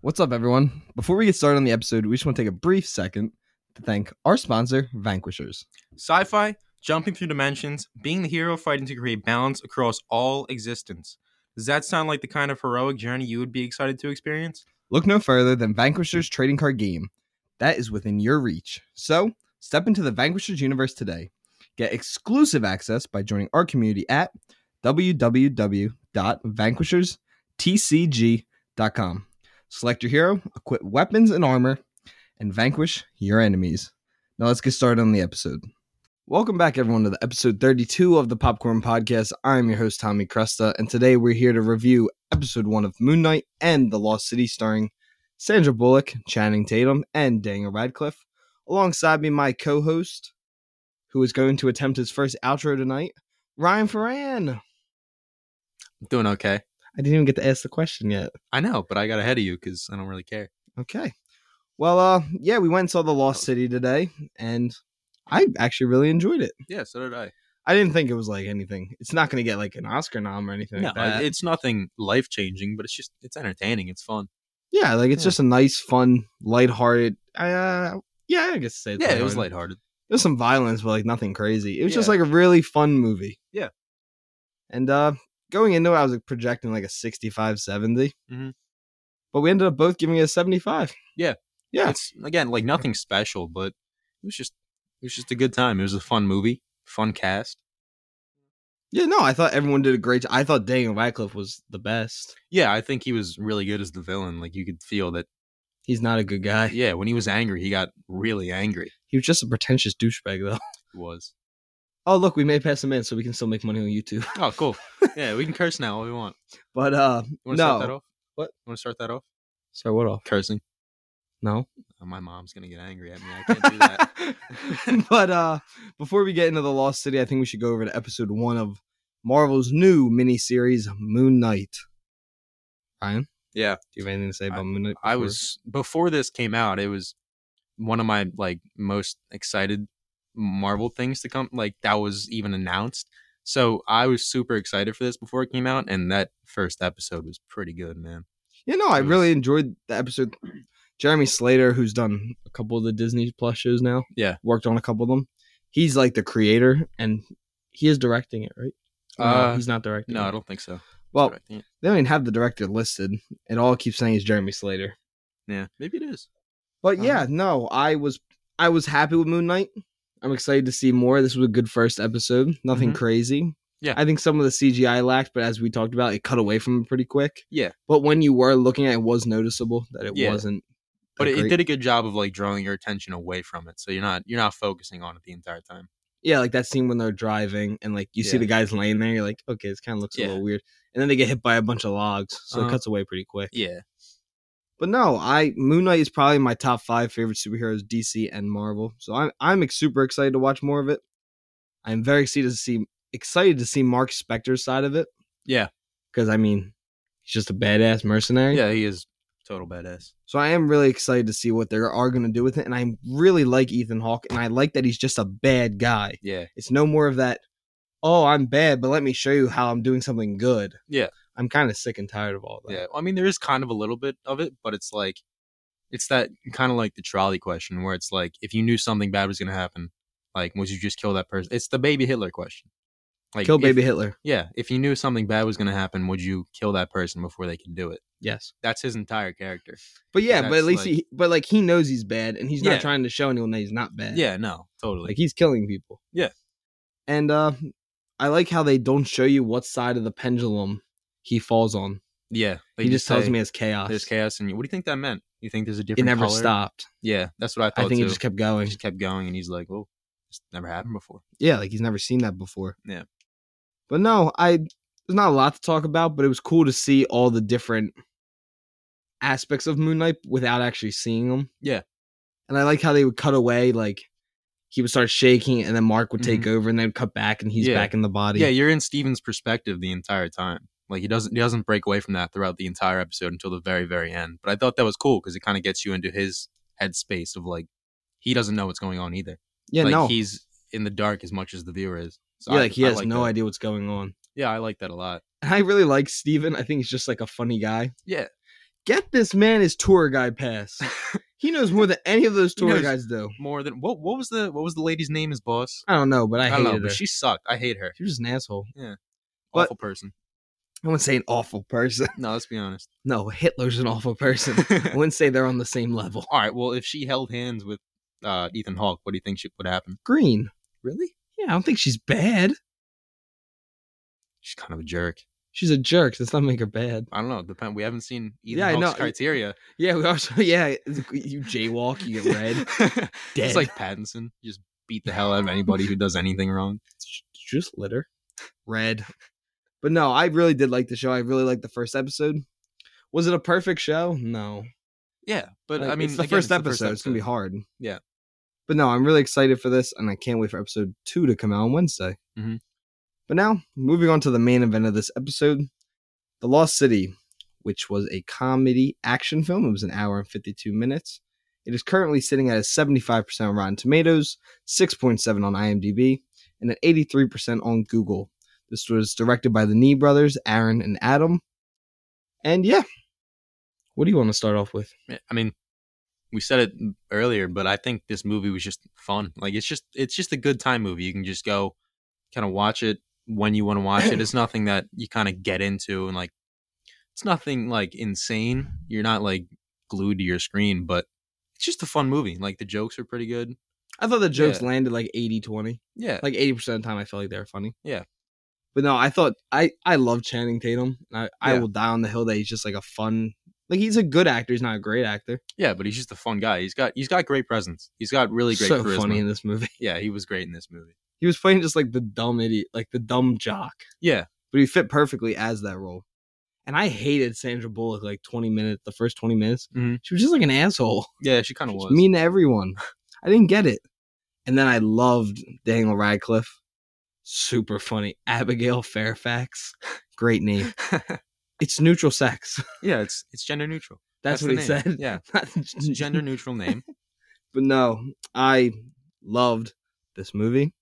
What's up, everyone? Before we get started on the episode, we just want to take a brief second to thank our sponsor, Vanquishers. Sci fi, jumping through dimensions, being the hero fighting to create balance across all existence. Does that sound like the kind of heroic journey you would be excited to experience? Look no further than Vanquishers trading card game. That is within your reach. So, step into the Vanquishers universe today. Get exclusive access by joining our community at www.vanquisherstcg.com. Select your hero, equip weapons and armor, and vanquish your enemies. Now let's get started on the episode. Welcome back, everyone, to the episode 32 of the Popcorn Podcast. I'm your host, Tommy Cresta, and today we're here to review episode one of Moon Knight and The Lost City, starring Sandra Bullock, Channing Tatum, and Daniel Radcliffe. Alongside me, my co host, who is going to attempt his first outro tonight, Ryan Ferran. Doing okay. I didn't even get to ask the question yet. I know, but I got ahead of you because I don't really care. Okay. Well, uh, yeah, we went and saw The Lost City today, and I actually really enjoyed it. Yeah, so did I. I didn't think it was like anything. It's not going to get like an Oscar nom or anything No, like that. it's nothing life changing, but it's just, it's entertaining. It's fun. yeah, like it's yeah. just a nice, fun, lighthearted. Uh, yeah, I guess say it's Yeah, it was lighthearted. lighthearted. There's some violence, but like nothing crazy. It was just Yeah. like a really fun movie. Yeah. And uh going into it, I was like, projecting like a 65, 70. Mhm. But we ended up both giving it a 75. Yeah. It's, again, like nothing special, but it was just, it was just a good time. It was a fun movie, fun cast. Yeah, no, I thought everyone did a great job. I thought Daniel Radcliffe was the best. Yeah, I think he was really good as the villain. Like you could feel that. He's not a good guy. Yeah, when he was angry, he got really angry. He was just a pretentious douchebag, though. He was. Oh, look, we made it past the minute, so we can still make money on YouTube. Oh, cool. yeah, we can curse now all we want. But, uh, You want to no. start that off? What? You want to start that off? Start what off? Cursing. No. Oh, my mom's gonna get angry at me. I can't do that. but uh before we get into the lost city i think we should go over to episode one of marvel's new miniseries moon knight ryan yeah, do you have anything to say about moon knight I before- was before this came out. It was one of my like most excited Marvel things to come. Like that was even announced. So I was super excited for this before it came out, and that first episode was pretty good, man. you know i it was- really enjoyed the episode jeremy slater who's done a couple of the disney plus shows now Yeah. worked on a couple of them he's like the creator and he is directing it right Or no, Uh, he's not directing No, it. I don't think so. well Correct, yeah. they don't even have the director listed it all keeps saying it's jeremy slater yeah, maybe it is. But Um, yeah, no, I was I was happy with Moon Knight. I'm excited to see more. This was a good first episode. Nothing Mhm. crazy. Yeah. I think some of the CGI lacked, but as we talked about, it cut away from it pretty quick. Yeah. But when you were looking at it, it was noticeable that it Yeah. wasn't. but that it, great. it did a good job of like drawing your attention away from it so you're not you're not focusing on it the entire time Yeah, like that scene when they're driving and like you see Yeah. the guys laying there, you're like, okay, this kind of looks a Yeah. little weird. And then they get hit by a bunch of logs, so it Uh-huh. cuts away pretty quick. yeah But no, I Moon Knight is probably my top five favorite superheroes, DC and Marvel. So I'm I'm ex- super excited to watch more of it. I'm very excited to see excited to see Mark Spector's side of it. Yeah. because I mean, he's just a badass mercenary. yeah he is total badass So I am really excited to see what they are going to do with it, and I really like Ethan Hawke, and I like that he's just a bad guy. yeah It's no more of that. Oh, I'm bad, but let me show you how I'm doing something good. Yeah. I'm kind of sick and tired of all that. yeah i mean there is kind of a little bit of it but it's like it's that kind of like the trolley question where it's like if you knew something bad was going to happen like would you just kill that person it's the baby hitler question like Kill if- baby Hitler. yeah if you knew something bad was going to happen would you kill that person before they could do it Yes. that's his entire character But yeah, but at That's least like- he, but like he knows he's bad, and he's Yeah. not trying to show anyone that he's not bad. yeah no totally Eh. like he's killing people. Yeah. and uh, I like how they don't show you what side of the pendulum he falls on. yeah they he just, tells say, me it's chaos. there's chaos and you what do you think that meant you think there's a it different never color? stopped. Yeah, that's what I I thought. think too. it just kept going. just kept going, and he's like, "Well, this never happened before." Yeah, like he's never seen that before. Yeah. but no, I there's not a lot to talk about, but it was cool to see all the different aspects of Moon Knight without actually seeing them. Yeah. and I like how they would cut away like. He would start shaking, and then Mark would take Mhm. over, and then cut back, and he's Yeah. back in the body. Yeah, you're in Steven's perspective the entire time. Like he doesn't he doesn't break away from that throughout the entire episode until the very very end. But I thought that was cool because it kind of gets you into his headspace of like he doesn't know what's going on either. yeah, like, no, he's in the dark as much as the viewer is. So yeah, I- like he I has no that. idea what's going on. Yeah, I like that a lot. And I really like Steven. I think he's just like a funny guy. Yeah. Get this man his tour guide pass. He knows more than any of those He tour knows- guides do. More than what? What was the what was the lady's name? His boss. I don't know, but I, I, hated don't know, her. but she sucked. I hate her. she was just an asshole. But- Awful person. I wouldn't say an awful person. No, let's be honest. No, Hitler's an awful person. I All wouldn't say they're on the same level. right. Well, if she held hands with uh, Ethan Hawke, what do you think should would happen? Green. Really? Yeah, I don't think she's bad. She's kind of a jerk. She's a jerk. Does not make her bad. I don't know. Depend. We haven't seen Ethan Yeah, I Hawke's know. criteria. Yeah, we also yeah. You jaywalk, you get red. Dead. It's like Pattinson. You Just beat the hell out of anybody who does anything wrong. just litter. Red. But no, I really did like the show. I really liked the first episode. Was it a perfect show? No. Yeah, but Like, I mean, it's the, again, first, episode. It's gonna be hard. Yeah. But no, I'm really excited for this, and I can't wait for episode two to come out on Wednesday. Mhm. But now, moving on to the main event of this episode, The Lost City, which was a comedy action film. It was an hour and 52 minutes. It is currently sitting at a 75% on Rotten Tomatoes, 6.7 on IMDb, and an 83% on Google. This was directed by the Nee brothers, Aaron and Adam. And yeah, what do you want to start off with? Yeah, I mean, we said it earlier, but I think this movie was just fun. Like it's just it's just a good time movie. You can just go kind of watch it when you want to watch it. It's nothing that you kind of get into and like it's nothing like insane. You're not like glued to your screen, but it's just a fun movie. Like the jokes are pretty good. I thought the jokes Yeah. landed like 80 20. Yeah. Like 80% of the time, I felt like they were funny. Yeah. But no, I thought I, I love Channing Tatum. And I, I Yeah. will die on the hill that he's just like a fun, like he's a good actor. He's not a great actor. yeah, but he's just a fun guy. He's got he's got great presence. He's got really great so charisma. funny in this movie. yeah, he was great in this movie. He was playing just like the dumb idiot, like the dumb jock, Yeah. but he fit perfectly as that role. And I hated Sandra Bullock like 20 minutes, the first 20 minutes. Mhm. She was just like an asshole. Yeah, she kind of She was was. mean to everyone. I didn't get it. And then I loved Daniel Radcliffe. Super funny. Abigail Fairfax. Great name. It's neutral sex. yeah, it's it's gender neutral. That's, That's what he the name. said. Yeah. Not- It's a gender neutral name. But no, I loved this movie.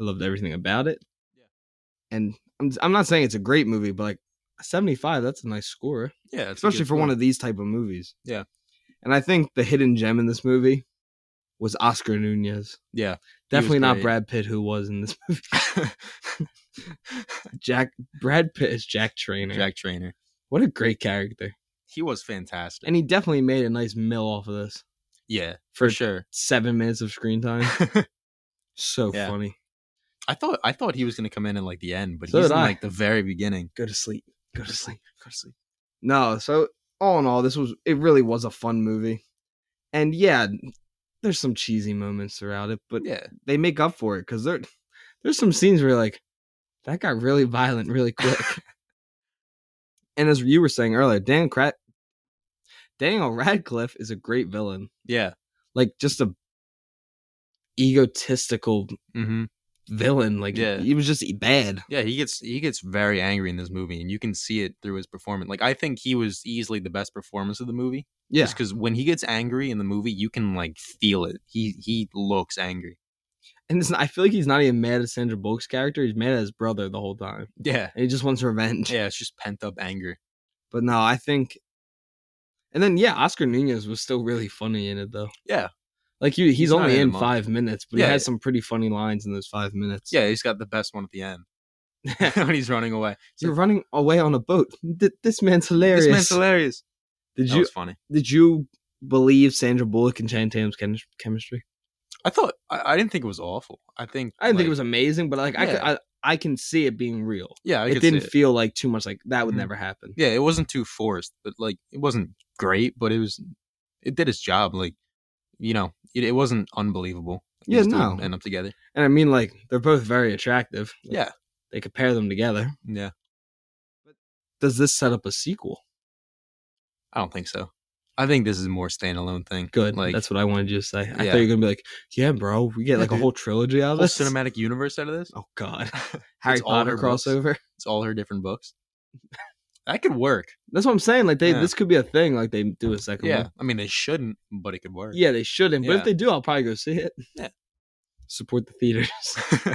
I loved everything about it. Yeah. And I'm, I'm not saying it's a great movie, but like 75, that's a nice score. Yeah, it's a especially good for one score. of these type of movies. Yeah. And I think the hidden gem in this movie was Oscar Nunez. Yeah, he was Definitely not great. Brad Pitt, who was in this movie. Jack Brad Pitt is Jack Trainer. Jack Trainer. What a great character. He was fantastic. And he definitely made a nice mill off of this. yeah, For for sure. Seven minutes of screen time. I So Yeah. funny. thought I thought he was gonna come in at like the end, but So he's did in I. like the very beginning. Go to sleep. Go to sleep. Go to sleep. No, so all in all, this was it really was a fun movie. And yeah, there's some cheesy moments throughout it, but yeah, they make up for it because there, there's some scenes where you're like, that got really violent really quick. and as you were saying earlier, Dan Crat- Daniel Radcliffe is a great villain, yeah. like just a egotistical hmm villain. Like Yeah. he was just e, bad. Yeah, he gets he gets very angry in this movie, and you can see it through his performance. Like I think he was easily the best performance of the movie. Yeah, because when he gets angry in the movie, you can like feel it. He he looks angry. and it's not, I feel like he's not even mad at Sandra Bullock's character. He's mad at his brother the whole time, Yeah, and he just wants revenge. yeah. It's just pent up anger. But no, I think. And then yeah, Oscar Nunez was still really funny in it though. Yeah. Like you, he's, He's not only in in the month. five minutes, but Yeah. he had some pretty funny lines in those five minutes. Yeah, he's got the best one at the end when he's running away. It's you're like, running away on a boat. Th- this man's hilarious. this man's hilarious. Did That you was funny. did you believe Sandra Bullock and Channing Tatum's chem- chemistry? I thought I, I didn't think it was awful. I think I didn't think like, it was amazing, but like I, could, Yeah. I I can see it being real. Yeah, I it could see didn't feel like too much like that would Mhm. never happen. yeah, it wasn't too forced, but like it wasn't great, but it was it did its job. Like you know, it, it wasn't unbelievable. These Yeah, two no. end up together. And I mean, like they're both very attractive. Like, Yeah. they could pair them together. Yeah, Does this set up a sequel? I don't think so. I think this is more standalone thing. Good. like That's what I wanted you to say. I thought Yeah. you were gonna be like, yeah, bro, we get Yeah, like a dude. whole trilogy out whole of this. cinematic universe out of this. oh God, Harry all Potter her books. crossover. It's all her different books. That could work. That's what I'm saying. Like they, Yeah. this could be a thing. Like they do a second Yeah, one. I mean they shouldn't, but it could work. Yeah, they shouldn't. But if Yeah. they do, I'll probably go see it. Yeah. Support the theaters,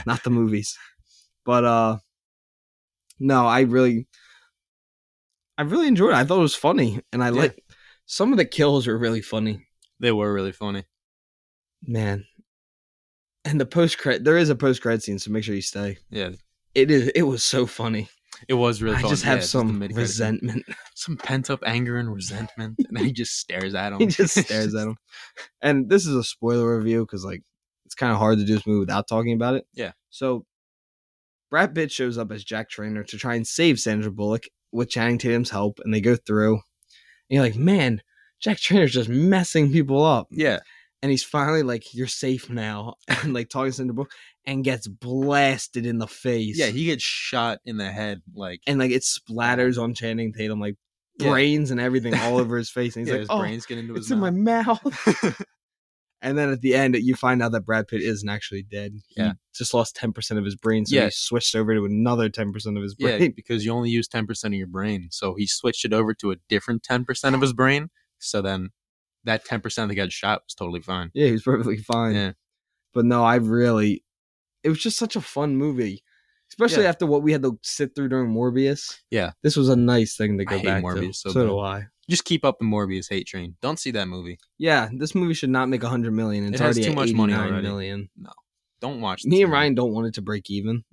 not the movies. But uh, no, I really, I really enjoyed it. I thought it was funny, and I Yeah. like. Some of the kills were really funny, They were really funny. man. And the post credit, there is a post credit scene, so make sure you stay. Yeah, It is. It was so funny. it was really. I fun. just Yeah, have the some mid-credit. resentment. some pent up anger and resentment, and then he just stares at him. he just stares at him. Um, And this is a spoiler review because like it's kind of hard to do this movie without talking about it. Yeah. So Brad Pitt shows up as Jack Trainer to try and save Sandra Bullock with Channing Tatum's help, and they go through. And you're like, man, Jack Trainer's just messing people up. Yeah, And he's finally like, you're safe now, and like talking to Sandra Bullock, and gets blasted in the face. yeah, he gets shot in the head. Like and like it splatters on Channing Tatum, like Yeah. brains and everything all over his face, and he's yeah, like, his oh, brains get into his it's in my mouth. mouth. And then at the end, you find out that Brad Pitt isn't actually dead. Yeah. He just lost 10% of his brain. So Yeah. he switched over to another 10% of his brain. yeah, because you only use ten percent of your brain, so he switched it over to a different ten percent of his brain. So then, that ten percent that got shot was totally fine. Yeah, he was perfectly fine. Yeah. But no, I really, it was just such a fun movie, especially Yeah. after what we had to sit through during Morbius. Yeah. This was a nice thing to go hate back to. Morbius so so bad. do I. Just keep up the Morbius hate train. Don't see that movie. Yeah, this movie should not make 100 million. It's It has already too at much money 89 already. million. Don't watch. this Me and movie. Ryan don't want it to break even,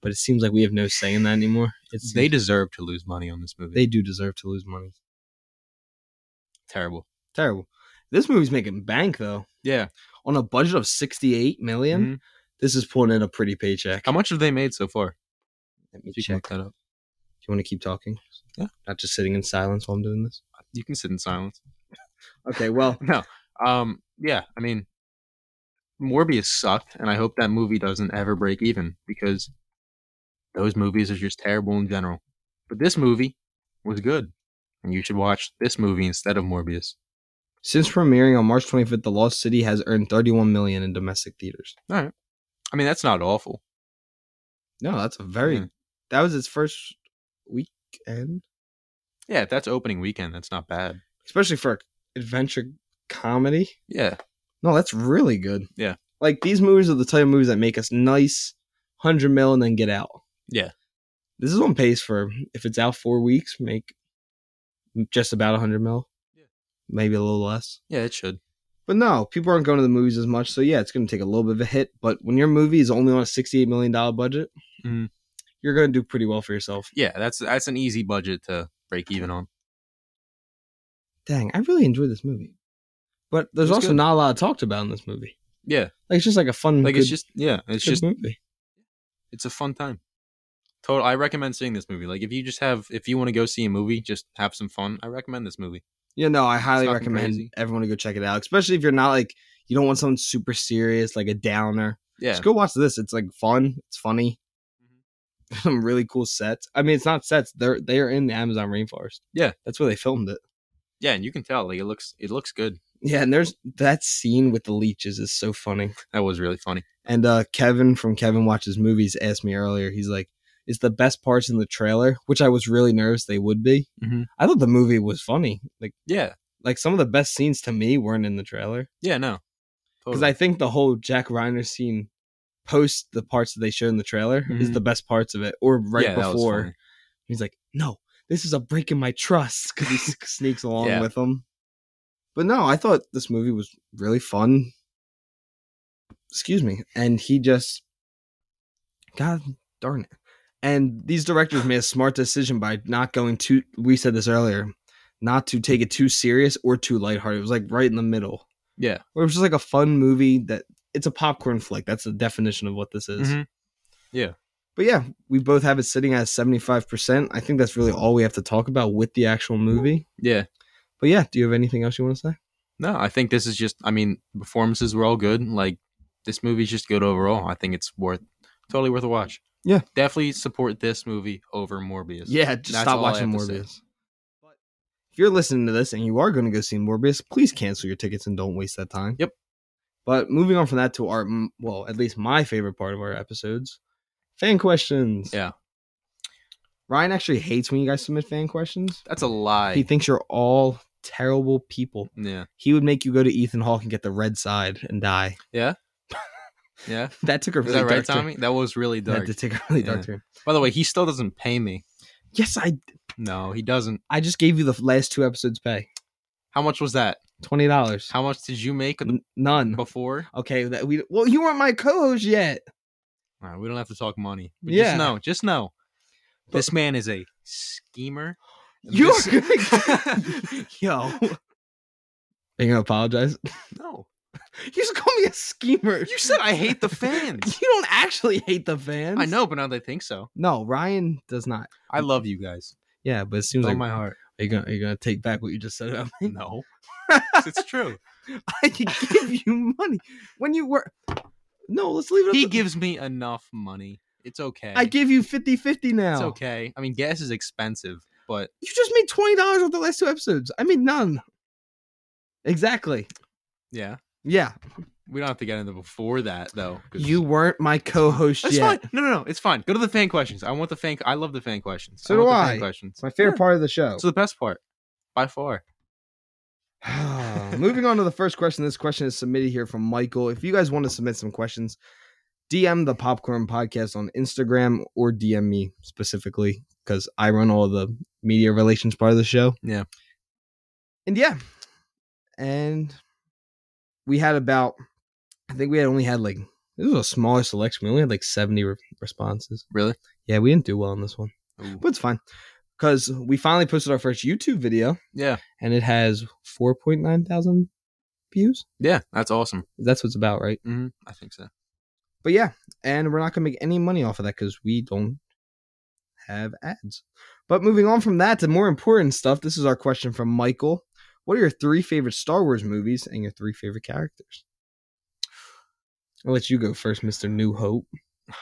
but it seems like we have no say in that anymore. It's they deserve to lose money on this movie. they do deserve to lose money. terrible. terrible. This movie's making bank though. Yeah. On a budget of sixty-eight million, Mhm. this is pulling in a pretty paycheck. How much have they made so far? Let me If you can check. look that up. Do you want to keep talking? Yeah. Not just sitting in silence while I'm doing this. You can sit in silence. Okay. Well, No. Um. Yeah. I mean, Morbius sucked, and I hope that movie doesn't ever break even because those movies are just terrible in general. But this movie was good, and you should watch this movie instead of Morbius. since premiering on March twenty-fifth, The Lost City has earned thirty-one million in domestic theaters. I mean, that's not awful. No, that's a very. Yeah. That was its first weekend, Yeah, if that's opening weekend, that's not bad. especially for a adventure comedy. Yeah. No, that's really good. Yeah. Like these movies are the type of movies that make us nice, hundred mil, and then get out. Yeah. This is on pace for if it's out four weeks, make just about hundred mil. Yeah. Maybe a little less. Yeah, it should. But no, people aren't going to the movies as much, so yeah, it's going to take a little bit of a hit. But when your movie is only on a sixty-eight million dollar budget, Mhm. you're going to do pretty well for yourself. Yeah, that's that's an easy budget to break even on. Dang, I really enjoyed this movie, but there's It was also good. not a lot talked about in this movie. Yeah. Like it's just like a fun, Like it's good- just yeah, it's good just movie. it's a fun time. Total, I recommend seeing this movie. Like if you just have if you want to go see a movie, just have some fun. I recommend this movie. Yeah, no, I highly nothing recommend crazy. everyone to go check it out, especially if you're not like you don't want something super serious like a downer. Yeah. Just go watch this. It's like fun. It's funny. Mm-hmm. Some really cool sets. I mean, it's not sets. They're they are in the Amazon rainforest. Yeah. that's where they filmed it. Yeah, and you can tell like it looks it looks good. Yeah, and there's that scene with the leeches is so funny. That was really funny. And uh, Kevin from Kevin Watches Movies asked me earlier. He's like, "Is the best parts in the trailer?" Which I was really nervous they would be. Mhm. I thought the movie was funny. Like Yeah, like some of the best scenes to me weren't in the trailer. yeah, no, because Totally. I think the whole Jack Reiner scene post the parts that they showed in the trailer is Mhm. the best parts of it, or right Yeah, that was before. funny. He's like, "No, this is a break in my trust," because he s- sneaks along Yeah. with them. But no, I thought this movie was really fun. Excuse me, and he just, God darn it! And these directors made a smart decision by not going too. We said this earlier, not to take it too serious or too lighthearted. It was like right in the middle yeah, where it was just like a fun movie that it's a popcorn flick. That's the definition of what this is. Mhm. But yeah, we both have it sitting at 75%. I think that's really all we have to talk about with the actual movie. yeah. But yeah, do you have anything else you want to say? No, I think this is just. I mean, performances were all good. Like this movie's just good overall. I think it's worth totally worth a watch. Yeah. definitely support this movie over Morbius. Yeah, just That's stop all I watching have to say. Morbius. But If you're listening to this and you are going to go see Morbius, please cancel your tickets and don't waste that time. Yep. But moving on from that to our, m- well, at least my favorite part of our episodes fan questions. Yeah. Ryan actually hates when you guys submit fan questions. that's a lie. He thinks you're all terrible people. yeah, He would make you go to Ethan Hawke and get the red side and die. yeah. That took a Is really that right, dark turn. Tommy? That was really That dark. did take a really dark Yeah. turn. By the way, he still doesn't pay me. Yes, I No, he doesn't. I just gave you the last two episodes pay. How much was that? Twenty dollars. How Oh. much did you make N- none. before? Okay, that we well, you weren't my co-host yet. All right, we don't have to talk money. But Yeah. Just know, just know, But- this man is a schemer. You're This- gonna- yo. Are you gonna apologize? no, You just call me a schemer. you said I hate the fans. You don't actually hate the fans. I know, but now they think so. No, Ryan does not. I love you guys. Yeah, but it seems With all like Oh my heart. are you gonna are you gonna take back what you just said about me? No, it's true. I can give you money when you work. No, let's leave it. up He to- gives me enough money. It's okay. I give you 50-50 now. It's okay. I mean, gas is expensive, but You just made twenty dollars off the last two episodes. I made none. Exactly. yeah, Yeah, we don't have to get into before that though. 'cause- you weren't my co-host That's yet. fine. No, no, no. It's fine. Go to the fan questions. I want the fan. I love the fan questions. So do want the I. Fan questions. It's my favorite Yeah. part of the show. It's the best part, by far. Moving on to the first question. This question is submitted here from Michael. If you guys want to submit some questions, DM the Popcorn Podcast on Instagram or DM me specifically because I run all the media relations part of the show. Yeah. And yeah. And we had about, I think we had only had like, this was a smaller selection. We only had like 70 re- responses. Really? Yeah, we didn't do well on this one, Ooh. but it's fine because we finally posted our first YouTube video Yeah. and it has 4.9 thousand views. Yeah, that's awesome. That's what it's about, right? hmm I think so. But yeah, and we're not going to make any money off of that because we don't have ads. But moving on from that to more important stuff, this is our question from Michael. What are your three favorite Star Wars movies and your three favorite characters? I'll let you go first, Mr. New Hope.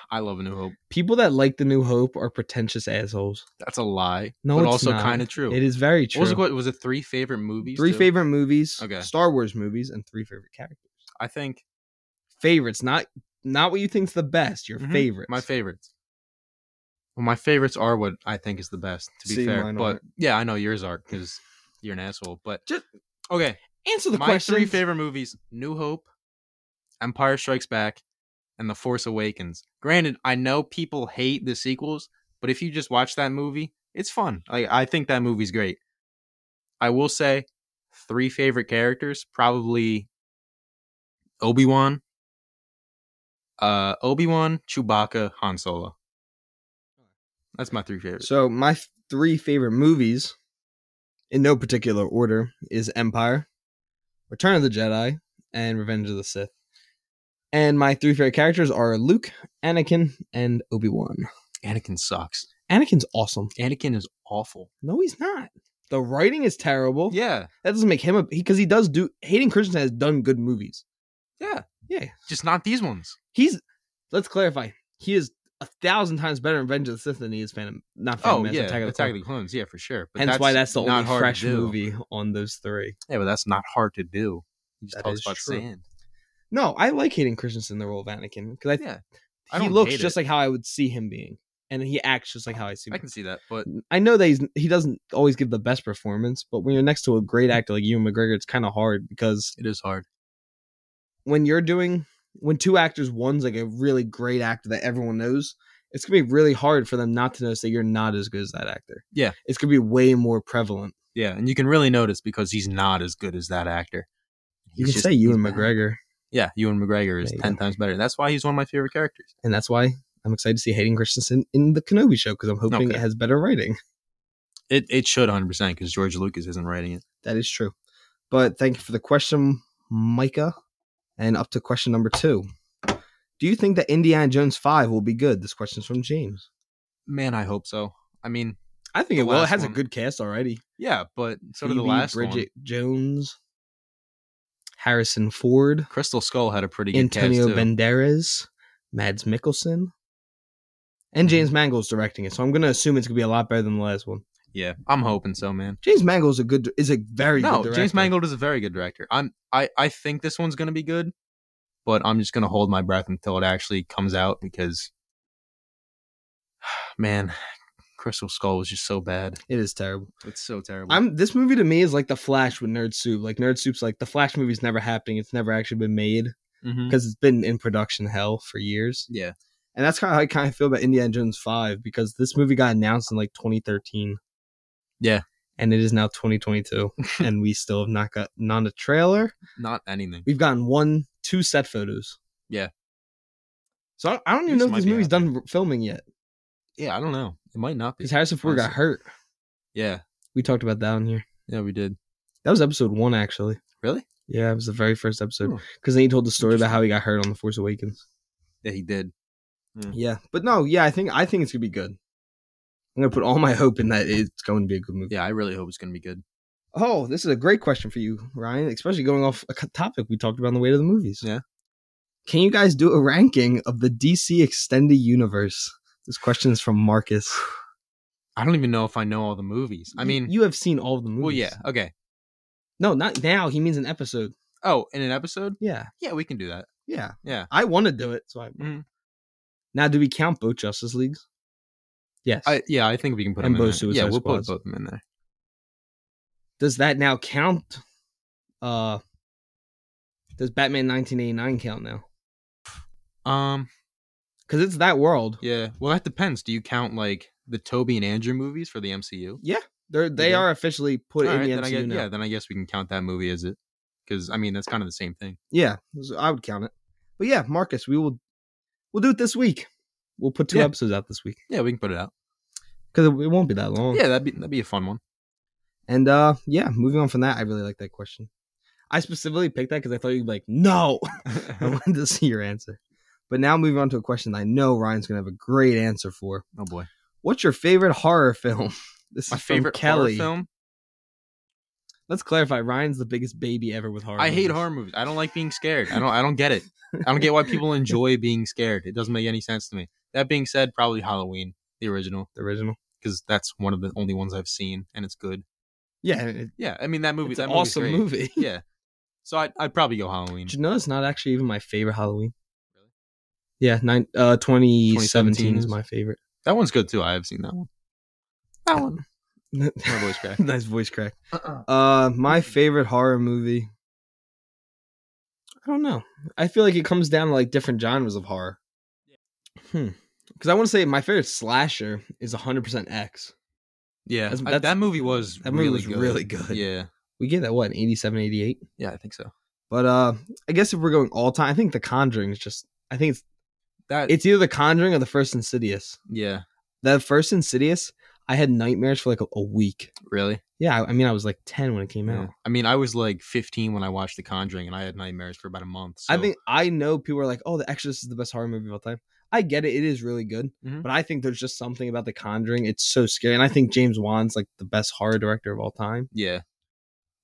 I love A New Hope. People that like The New Hope are pretentious assholes. That's a lie, No, but it's also not. kind of true. It is very true. What was it? What was it? Three favorite movies. three too? favorite movies, Okay. Star Wars movies, and three favorite characters. I think favorites, not not what you think's the best. Your Mhm. favorites. my favorites. Well, my favorites are what I think is the best. To be See, fair, mine but aren't. yeah, I know yours are because you're an asshole. But Just- okay. Answer the my question. three favorite movies: New Hope, Empire Strikes Back, and The Force Awakens. Granted, I know people hate the sequels, but if you just watch that movie, it's fun. Like I think that movie's great. I will say, three favorite characters probably Obi Wan, uh, Obi Wan, Chewbacca, Han Solo. That's my three favorites. So my f- three favorite movies, in no particular order, is Empire, Return of the Jedi, and Revenge of the Sith. And my three favorite characters are Luke, Anakin, and Obi Wan. Anakin sucks. Anakin's awesome. Anakin is awful. No, he's not. The writing is terrible. Yeah, that doesn't make him a because he, does do. Hayden Christensen has done good movies. yeah, Yeah, just not these ones. he's. Let's clarify. He is a thousand times better in Revenge of the Sith than he is Phantom. Not Phantom Oh Menace, yeah, Attack of the Clones. Clones. Yeah, for sure. Hence why that's the not only hard to fresh do. movie on those three. Yeah, but that's not hard to do. You just That talk is about true. sand. No, I like Hayden Christensen in the role of Anakin because I, Yeah, I I he don't looks hate just it. like how I would see him being, and he acts just like how I see I him. can see that. But I know that he's, he doesn't always give the best performance, but when you're next to a great actor like Ewan McGregor, it's kind of hard because it is hard. when you're doing when two actors, one's like a really great actor that everyone knows, it's gonna be really hard for them not to notice that you're not as good as that actor. Yeah. it's gonna be way more prevalent. Yeah, and you can really notice because he's not as good as that actor. You He's can just- say Ewan he's bad. McGregor, Yeah, Ewan McGregor is There you ten go. times better. That's why he's one of my favorite characters. and that's why. I'm excited to see Hayden Christensen in the Kenobi show because I'm hoping Okay. it has better writing. It it should 100 percent because George Lucas isn't writing it. That is true. But thank you for the question, Micah. And up to question number two. Do you think that Indiana Jones 5 will be good? This question's from James. Man, I hope so. I mean, I think The it will. It last has a one. good cast already. yeah, but so did the Phoebe, last Bridget Jones, Harrison Ford, one. Crystal Skull had a pretty good Antonio cast, too. Banderas, Mads Mikkelsen, Mm-hmm. and James Mangold's directing it. So I'm going to assume it's going to be a lot better than the last one. Yeah, I'm hoping so, man. James Mangold's a good is a very no, good director. James Mangold is a very good director. I'm I I think this one's gonna be good, but I'm just gonna hold my breath until it actually comes out because, man, Crystal Skull was just so bad. It is terrible. It's so terrible. I'm this movie to me is like the Flash with Nerd Soup. Like Nerd Soup's like the Flash movie's never happening. It's never actually been made Mhm. because it's been in production hell for years. yeah, And that's kind of how I kind of feel about Indiana Jones Five because this movie got announced in like 2013. Yeah. and it is now 2022, and we still have not got not a trailer. Not anything. We've gotten one, two set photos. Yeah. So I, I don't even This know if might this be movie's done filming yet Yeah, I don't know. It might not be. because Harrison Ford got Honestly. hurt. Yeah, We talked about that on here. yeah, we did. That was episode one, actually. Really? Yeah, it was the very first episode Hmm. because then he told the story about how he got hurt on the Force Awakens. Yeah, he did. Yeah, but no, yeah, I think I think it's gonna be good. I'm gonna put all my hope in that it's going to be a good movie. Yeah, I really hope it's gonna be good. Oh, this is a great question for you, Ryan. Especially going off a co- topic we talked about on the way to the movies. Yeah. Can you guys do a ranking of the DC extended universe? This question is from Marcus. I don't even know if I know all the movies. I You- mean, you have seen all of the movies. well, yeah, okay. No, not now. He means an episode. Oh, in an episode? Yeah. Yeah, we can do that. Yeah. Yeah. I want to do it. So I. Mhm. Now, do we count both Justice Leagues? Yes. I, yeah, I think we can put And them in both there. Suicide Yeah, we'll Squads. put both of them in there. does that now count? Uh, does Batman 1989 count now? Um, Because it's that world. yeah. Well, that depends. Do you count like the Toby and Andrew movies for the MCU? They're, they Okay. are officially put All in right, the then I MCU guess, now. yeah, Yeah, then I guess we can count that movie as it, because I mean that's kind of the same thing. so I would count it. But yeah, Marcus, we will we'll do it this week. We'll put two Yeah. episodes out this week Yeah, we can put it out. because it, it won't be that long. Yeah, that'd be that'd be a fun one. And uh, yeah, moving on from that, I really like that question. I specifically picked that because I thought you'd be like, no, I oh wanted to see your answer. But now moving on to a question I know Ryan's gonna have a great answer for. boy, What's your favorite horror film? This my is Oh, from favorite horror Kelly. film. Let's clarify. Ryan's the biggest baby ever with horror. I hate movies. horror movies. I don't like being scared. I don't. I don't get it. I don't get why people enjoy being scared. It doesn't make any sense to me. That being said, probably Halloween, the original, The original. because that's one of the only ones I've seen, and it's good. Yeah, it, Yeah, I mean that movie. it's that an movie's awesome great. movie. Yeah, so I'd, I'd probably go Halloween. Did you know it's not actually even my favorite Halloween? Really? Yeah, nine, uh, 2017, 2017 is is? my favorite. That one's good too. I have seen that one. That one. My voice cracked. nice voice crack. Uh-uh. Uh, my favorite horror movie. I don't know. I feel like it comes down to like different genres of horror. Hmm. Because I want to say my favorite slasher is 100% X. Yeah, That's- I- that's- that movie was that movie really was good. really good. Yeah, We get that what in 87, 88. yeah, I think so. But uh, I guess if we're going all time, I think The Conjuring is just. I think it's That it's either The Conjuring or the first Insidious. yeah, The first Insidious, I had nightmares for like a, a week. really. Yeah, I, I mean, I was like ten when it came Yeah. out. I mean, I was like 15 when I watched The Conjuring, and I had nightmares for about a month. So. I think I know people are like, "Oh, The Exorcist is the best horror movie of all time." I get it; it is really good, Mhm. but I think there's just something about The Conjuring. It's so scary, and I think James Wan's like the best horror director of all time. yeah,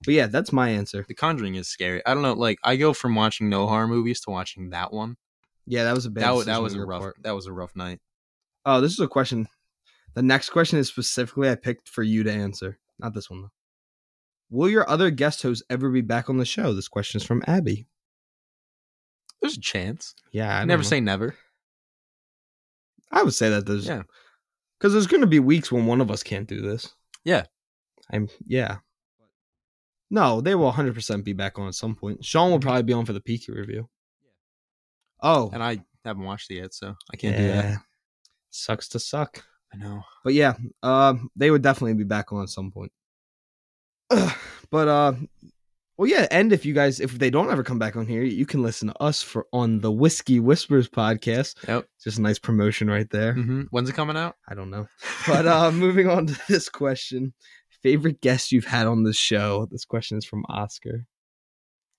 But yeah, that's my answer. The Conjuring is scary. I don't know. Like, I go from watching no horror movies to watching that one. Yeah, that was a bad. That wa- decision that was on a your rough. part. That was a rough night. Oh, this is a question. The next question is specifically I picked for you to answer. Not this one though. Will your other guest host ever be back on the show? This question is from Abby. There's a chance. Yeah, I don't never know. say never. I would say that there's Yeah. because there's going to be weeks when one of us can't do this. Yeah. I'm yeah. No, they will 100 percent be back on at some point. Sean will probably be on for the Peaky review. Oh, And I haven't watched it yet, so I can't do that. yeah. Sucks to suck. I know. But yeah, uh, they would definitely be back on at some point. Ugh, but uh, well, yeah, and if you guys, if they don't ever come back on here, you can listen to us for on the Whiskey Whispers podcast. Yep. Just a nice promotion right there. hmm When's it coming out? I don't know. But uh, moving on to this question, favorite guest you've had on the show. This question is from Oscar.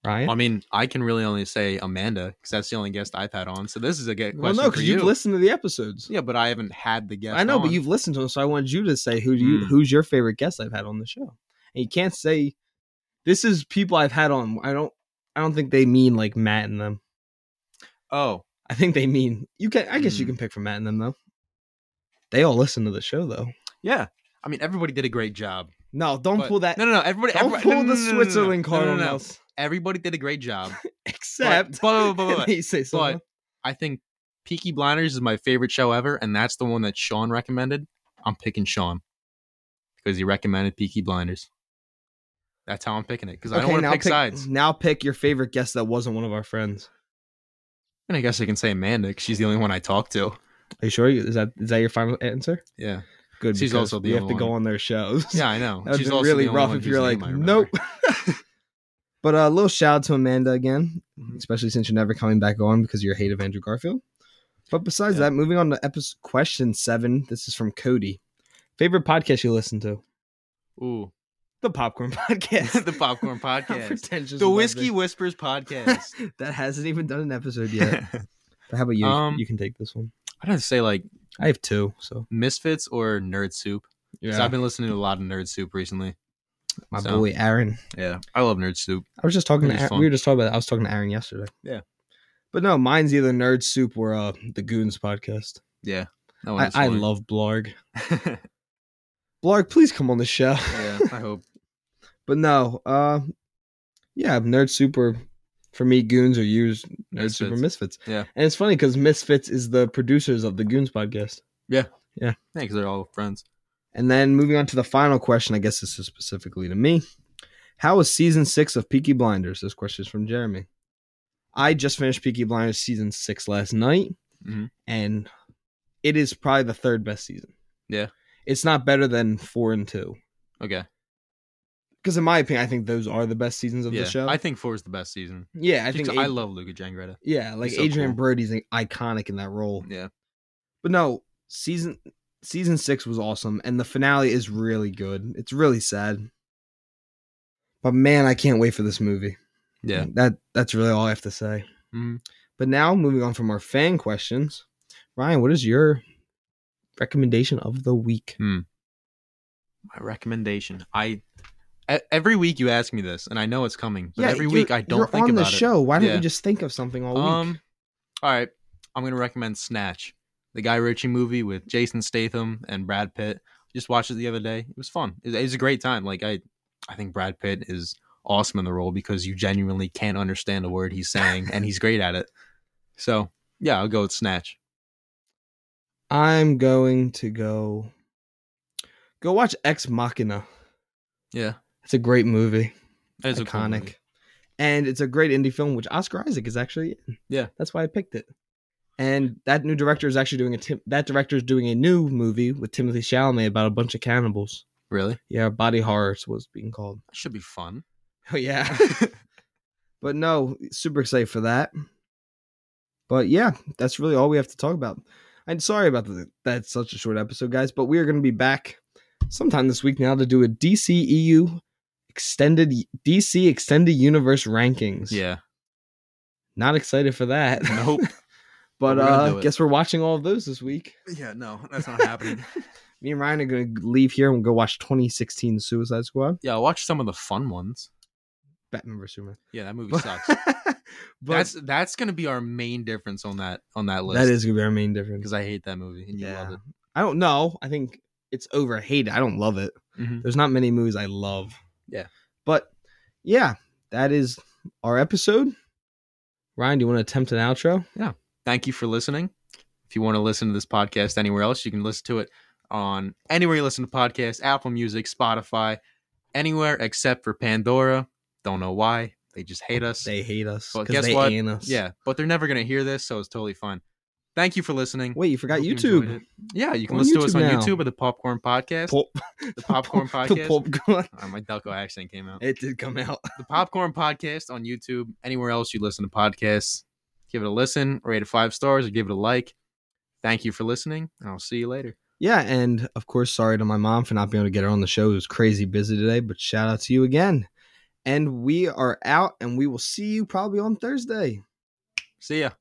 Ryan. I mean, I can really only say Amanda because that's the only guest I've had on. So this is a good well, question no, for because you. you've listened to the episodes. yeah, but I haven't had the guest. I know, but on. you've listened to them, so I wanted you to say who do you Hmm. who's your favorite guest I've had on the show. And you can't say this is people I've had on. I don't I don't think they mean like Matt and them. Oh, I think they mean you can I guess you Hmm. can pick from Matt and them though. They all listen to the show though. yeah. I mean, everybody did a great job. No, don't But- pull that No, no, no. Everybody, don't everybody, pull no, no, the no, no, no, no, no. Switzerland No, card no, on no. us. Everybody did a great job. Except but- but- but- but- they say something. I think Peaky Blinders is my favorite show ever, and that's the one that Sean recommended. I'm picking Sean because he recommended Peaky Blinders. That's how I'm picking it because I don't want to pick, sides. Now pick your favorite guest that wasn't one of our friends. And I guess I can say Amanda because she's the only one I talk to. Are you sure? Is that is that your final answer? Yeah, Good. She's because also the we have only to go one. on their shows. Yeah, I know. That would She's be also really the only rough one if whose you're like, name I remember. nope. but uh, a little shout out to Amanda again, Mhm. especially since you're never coming back on because of your hate of Andrew Garfield. But besides Yeah. that, moving on to episode question seven. This is from Cody. Favorite podcast you listen to? Ooh, The Popcorn Podcast. the Popcorn How Podcast, pretentious the would that Whiskey be? Whispers Podcast. that hasn't even done an episode yet. But how about you? Um, you can take this one. I'd have to say like I have two, so Misfits or Nerd Soup. 'Cause I've been listening to a lot of Nerd Soup recently. my so- boy Aaron. Yeah, I love Nerd Soup. I was just talking It to is Aaron, fun. we were just talking about I was talking to Aaron yesterday. Yeah. But no, mine's either Nerd Soup or uh, the Goons podcast. Yeah, that I, is I fun. love Blarg. Blarg, please come on the show. yeah, I hope. But no, uh, yeah, Nerd Soup or for me, Goons or yours, Nerd Misfits. Soup or Misfits. Yeah. And it's funny because Misfits is the producers of the Goons podcast. Yeah, because they're all friends. And then moving on to the final question, I guess this is specifically to me. How is season six of Peaky Blinders? This question is from Jeremy. I just finished Peaky Blinders season six last night, Mhm. and it is probably the third best season. Yeah. It's not better than four and two. Okay. Because in my opinion, I think those are the best seasons of yeah, the show. I think four is the best season. yeah, I Just think 'cause I Ad- love Luca Jangreta. yeah, like so Adrian cool. Brody's iconic in that role. Yeah, But no, season season six was awesome, and the finale is really good. It's really sad. But man, I can't wait for this movie. yeah. That that's really all I have to say. Mhm. But now moving on from our fan questions. Ryan, what is your recommendation of the week? My recommendation. I e- every week you ask me this, and I know it's coming, but every you're- week I you're don't think on about the it. show. Why don't Yeah. you just think of something all week? Um, all right. I'm gonna recommend Snatch, the Guy Ritchie movie with Jason Statham and Brad Pitt. Just watched it the other day. It was fun. It, it was a great time. Like I, I think Brad Pitt is awesome in the role because you genuinely can't understand a word he's saying, and he's great at it. So yeah, I'll go with Snatch. I'm going to go go watch Ex Machina. Yeah, It's a great movie. it's a cool iconic. movie. and it's a great indie film, which Oscar Isaac is actually in. Yeah. That's why I picked it. And that new director is actually doing a Tim- that director is doing a new movie with Timothy Chalamet about a bunch of cannibals. Really, Yeah, body horror is what's being called. should be fun. Oh yeah. but no, super excited for that. But yeah, that's really all we have to talk about. I'm sorry about the, that's such a short episode, guys, but we are going to be back sometime this week now to do a DC EU extended DC extended universe rankings. Yeah, Not excited for that. Nope. but But we're gonna uh do it. guess we're watching all of those this week. yeah. No, that's not happening. Me and Ryan are going to leave here and go watch 2016 Suicide Squad. yeah, watch some of the fun ones. Batman vs Superman. Yeah, that movie But- sucks. but that's that's gonna be our main difference on that on that list. that is going to be our main difference. because I hate that movie and you love Yeah. it. I don't know. I think it's overhated. I don't love it. Mhm. There's not many movies I love. Yeah. But yeah, that is our episode. Ryan, do you want to attempt an outro? Thank you for listening. If you want to listen to this podcast anywhere else, you can listen to it on anywhere you listen to podcasts, Apple Music, Spotify, anywhere except for Pandora. Don't know why. They just hate us. They hate us Well, because guess they what? ain't us. yeah, but they're never gonna hear this, so it's totally fine. Thank you for listening. Wait, you forgot Hope you YouTube. enjoyed it. yeah, you can On listen to us YouTube on now. YouTube at the Popcorn Podcast. Pop- the Popcorn The Podcast. popcorn. Oh, my Delco accent came out. It did come out. the Popcorn Podcast on YouTube, anywhere else you listen to podcasts. Give it a listen, rate it five stars, or give it a like. Thank you for listening, and I'll see you later. Yeah, and of course, sorry to my mom for not being able to get her on the show. It was crazy busy today, but shout out to you again. And we are out, and we will see you probably on Thursday. See ya.